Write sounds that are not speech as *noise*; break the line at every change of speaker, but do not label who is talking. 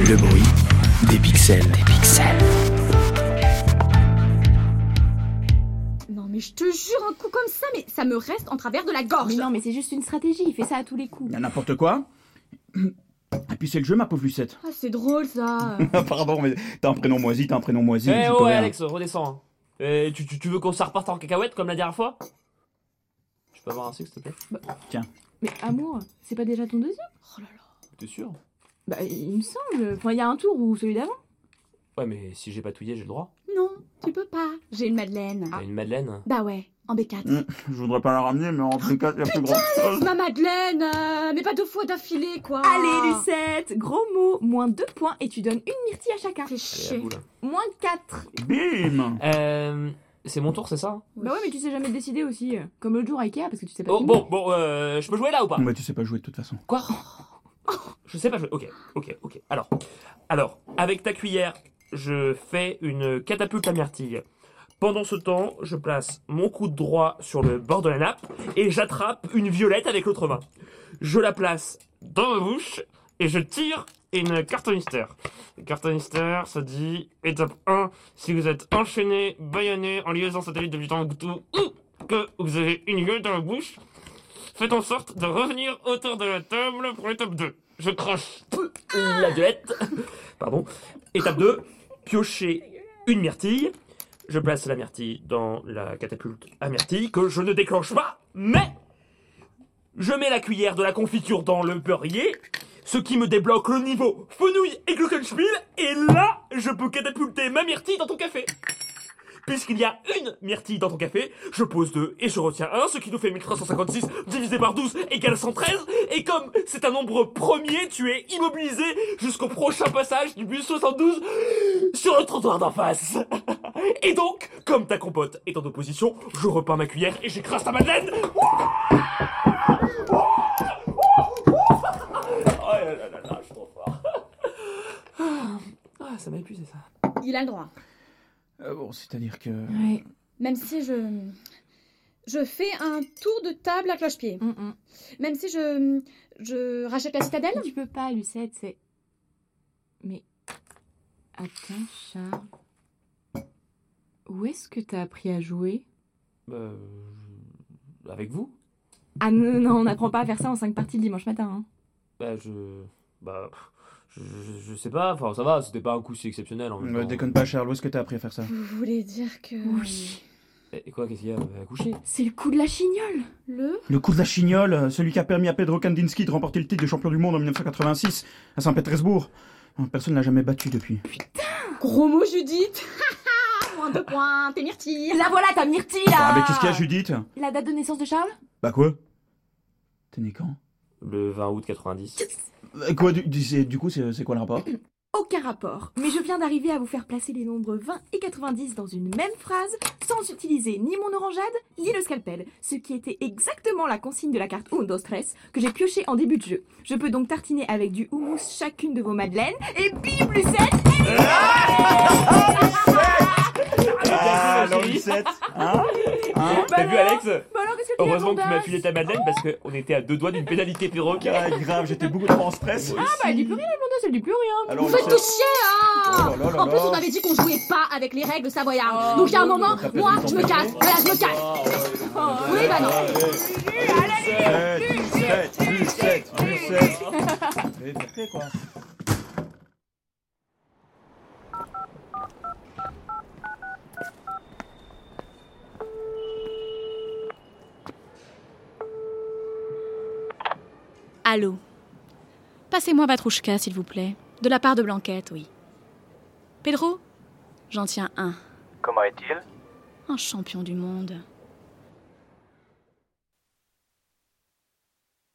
Le bruit des pixels. Des pixels.
Non mais je te jure, un coup comme ça, mais ça me reste en travers de la gorge.
Mais non, mais c'est juste une stratégie, il fait ça à tous les coups.
Il y a N'importe quoi. Et puis c'est le jeu, ma pauvre *laughs* Lucette.
Ah, c'est drôle ça.
Ah, Pardon, mais t'as un prénom moisi, t'as un prénom moisi.
Eh
j'y peux
oh,
rien.
Alex, redescends. Eh, tu, tu- tu veux qu'on se reparte en cacahuète comme la dernière fois Je peux avoir un sucre, s'il te plaît
Mais amour, c'est pas déjà ton deuxième
oh là là.
T'es sûr
Bah, il me semble. Enfin, il y a un tour ou celui d'avant.
Ouais, mais si j'ai patouillé, j'ai le droit.
Non, tu peux pas. J'ai une madeleine.
T'as une madeleine
Bah ouais, en B4.
Je voudrais pas la ramener, mais en tout cas, il y a plus grand chose.
Ma madeleine, euh, mais pas deux fois d'affilée quoi.
Ah. Allez, Lucette Gros mot, moins 2 points et tu donnes une myrtille à chacun.
Fais
Allez, à
chier.
vous, là.
Moins 4.
Bim
Euh, c'est mon tour, c'est ça
Bah ouais, mais tu sais jamais décider aussi. euh, Comme l'autre jour à Ikea, parce que tu sais pas.
Oh,
filmer.
bon, bon, euh, je peux jouer là ou pas
Mais tu sais pas jouer de toute façon.
Quoi Je sais pas jouer. Ok, ok, ok. Alors, alors, avec ta cuillère, je fais une catapulte à myrtille. Pendant ce temps, je place mon coude droit sur le bord de la nappe et j'attrape une violette avec l'autre main. Je la place dans ma bouche et je tire une carte mystère. Une Carte mystère, ça dit étape 1, si vous êtes enchaîné, baïonné, en liaison satellite de Vitan Goutou ou que vous avez une gueule dans la bouche, Faites en sorte de revenir autour de la table pour l'étape 2. Je crache la violette. Pardon. Étape 2. Piocher une myrtille. Je place la myrtille dans la catapulte à myrtille que je ne déclenche pas, mais je mets la cuillère de la confiture dans le beurrier, ce qui me débloque le niveau fenouil et glockenspiel, et là, je peux catapulter ma myrtille dans ton café. Puisqu'il y a une myrtille dans ton café, je pose deux et je retiens un, ce qui nous fait 1356 divisé par 12 égale 113. Et comme c'est un nombre premier, tu es immobilisé jusqu'au prochain passage du bus 72 sur le trottoir d'en face. *laughs* Et donc, comme ta compote est en opposition, je repeins ma cuillère et j'écrase ta madeleine. *laughs* Oh là là là là, je suis trop fort. *laughs* Ah, ça m'a épuisé ça.
Il a le droit.
Euh, bon, c'est-à-dire que...
Ouais.
Même si je. Je fais un tour de table à cloche-pied.
Mm,
Même si je. Je rachète la
mm.
citadelle
Tu peux pas, Lucette, c'est. Mais. Attends, Charles. Où est-ce que t'as appris à jouer
Euh, avec vous
Ah non, non, non, on n'apprend pas à faire ça en 5 parties le dimanche matin. Hein.
Bah je... Bah... pff, Je, je- je sais pas, enfin ça va, c'était pas un coup si exceptionnel en même
Euh,
temps.
déconne pas, Charles, où est-ce que t'as appris à faire ça
Vous voulez dire que.
Oui.
Et et quoi, qu'est-ce qu'il y a euh, à coucher
C'est le coup de la chignole
Le.
Le coup de la chignole, euh, celui qui a permis à Pedro Kandinsky de remporter le titre de champion du monde en 1986 à Saint-Pétersbourg. Euh, Personne l'a jamais battu depuis.
Gros mot, Judith *laughs* Moins deux points, t'es myrtille
La voilà, ta myrtille
Ah,
là
mais qu'est-ce qu'il y a, Judith
La date de naissance de Charles
Bah quoi T'es né quand
Le 20 août 90.
Euh, Quoi, du, du- c'est- du coup, c'est c'est quoi le rapport
Aucun rapport. Mais je viens d'arriver à vous faire placer les nombres 20 et 90 dans une même phrase sans utiliser ni mon orangeade ni le scalpel, ce qui était exactement la consigne de la carte Undo Stress que j'ai piochée en début de jeu. Je peux donc tartiner avec du houmous chacune de vos madeleines et bim Lucette
Ah,
alors
Julie.
Lucette Hein Hein
T'as vu Alex
Bah alors qu'est-ce que tu
Heureusement que tu m'as
attendais
filé ta madeleine parce qu'on était à deux doigts d'une pénalité perroquet.
Ah, grave, j'étais beaucoup trop en stress.
Ah bah elle dit plus rien la blondasse, elle dit plus rien
Alors,
Vous faites
Lucette-
tout chier, hein
Oh là là là
En plus,
là. Oh,
on avait dit qu'on jouait pas avec les règles savoyardes. Donc, il y a un moment,
t'as fait
moi,
des
je me casse. Voilà, je me casse.
Oh,
Oui, bah non.
Lucette, Lucette,
*laughs*
Lucette. Mais t'as quoi
Allô Passez-moi Batrouchka, s'il vous plaît. De la part de Blanquette, oui. Pedro J'en tiens un.
Comment est-il
Un champion du monde.